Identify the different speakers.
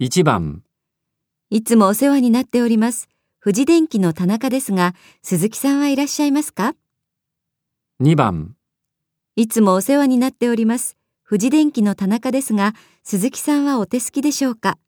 Speaker 1: 1番、
Speaker 2: いつもお世話になっております。富士電機の田中ですが、鈴木さんはいらっしゃいますか
Speaker 1: 2番、
Speaker 2: いつもお世話になっております。富士電機の田中ですが、鈴木さんはお手すきでしょうか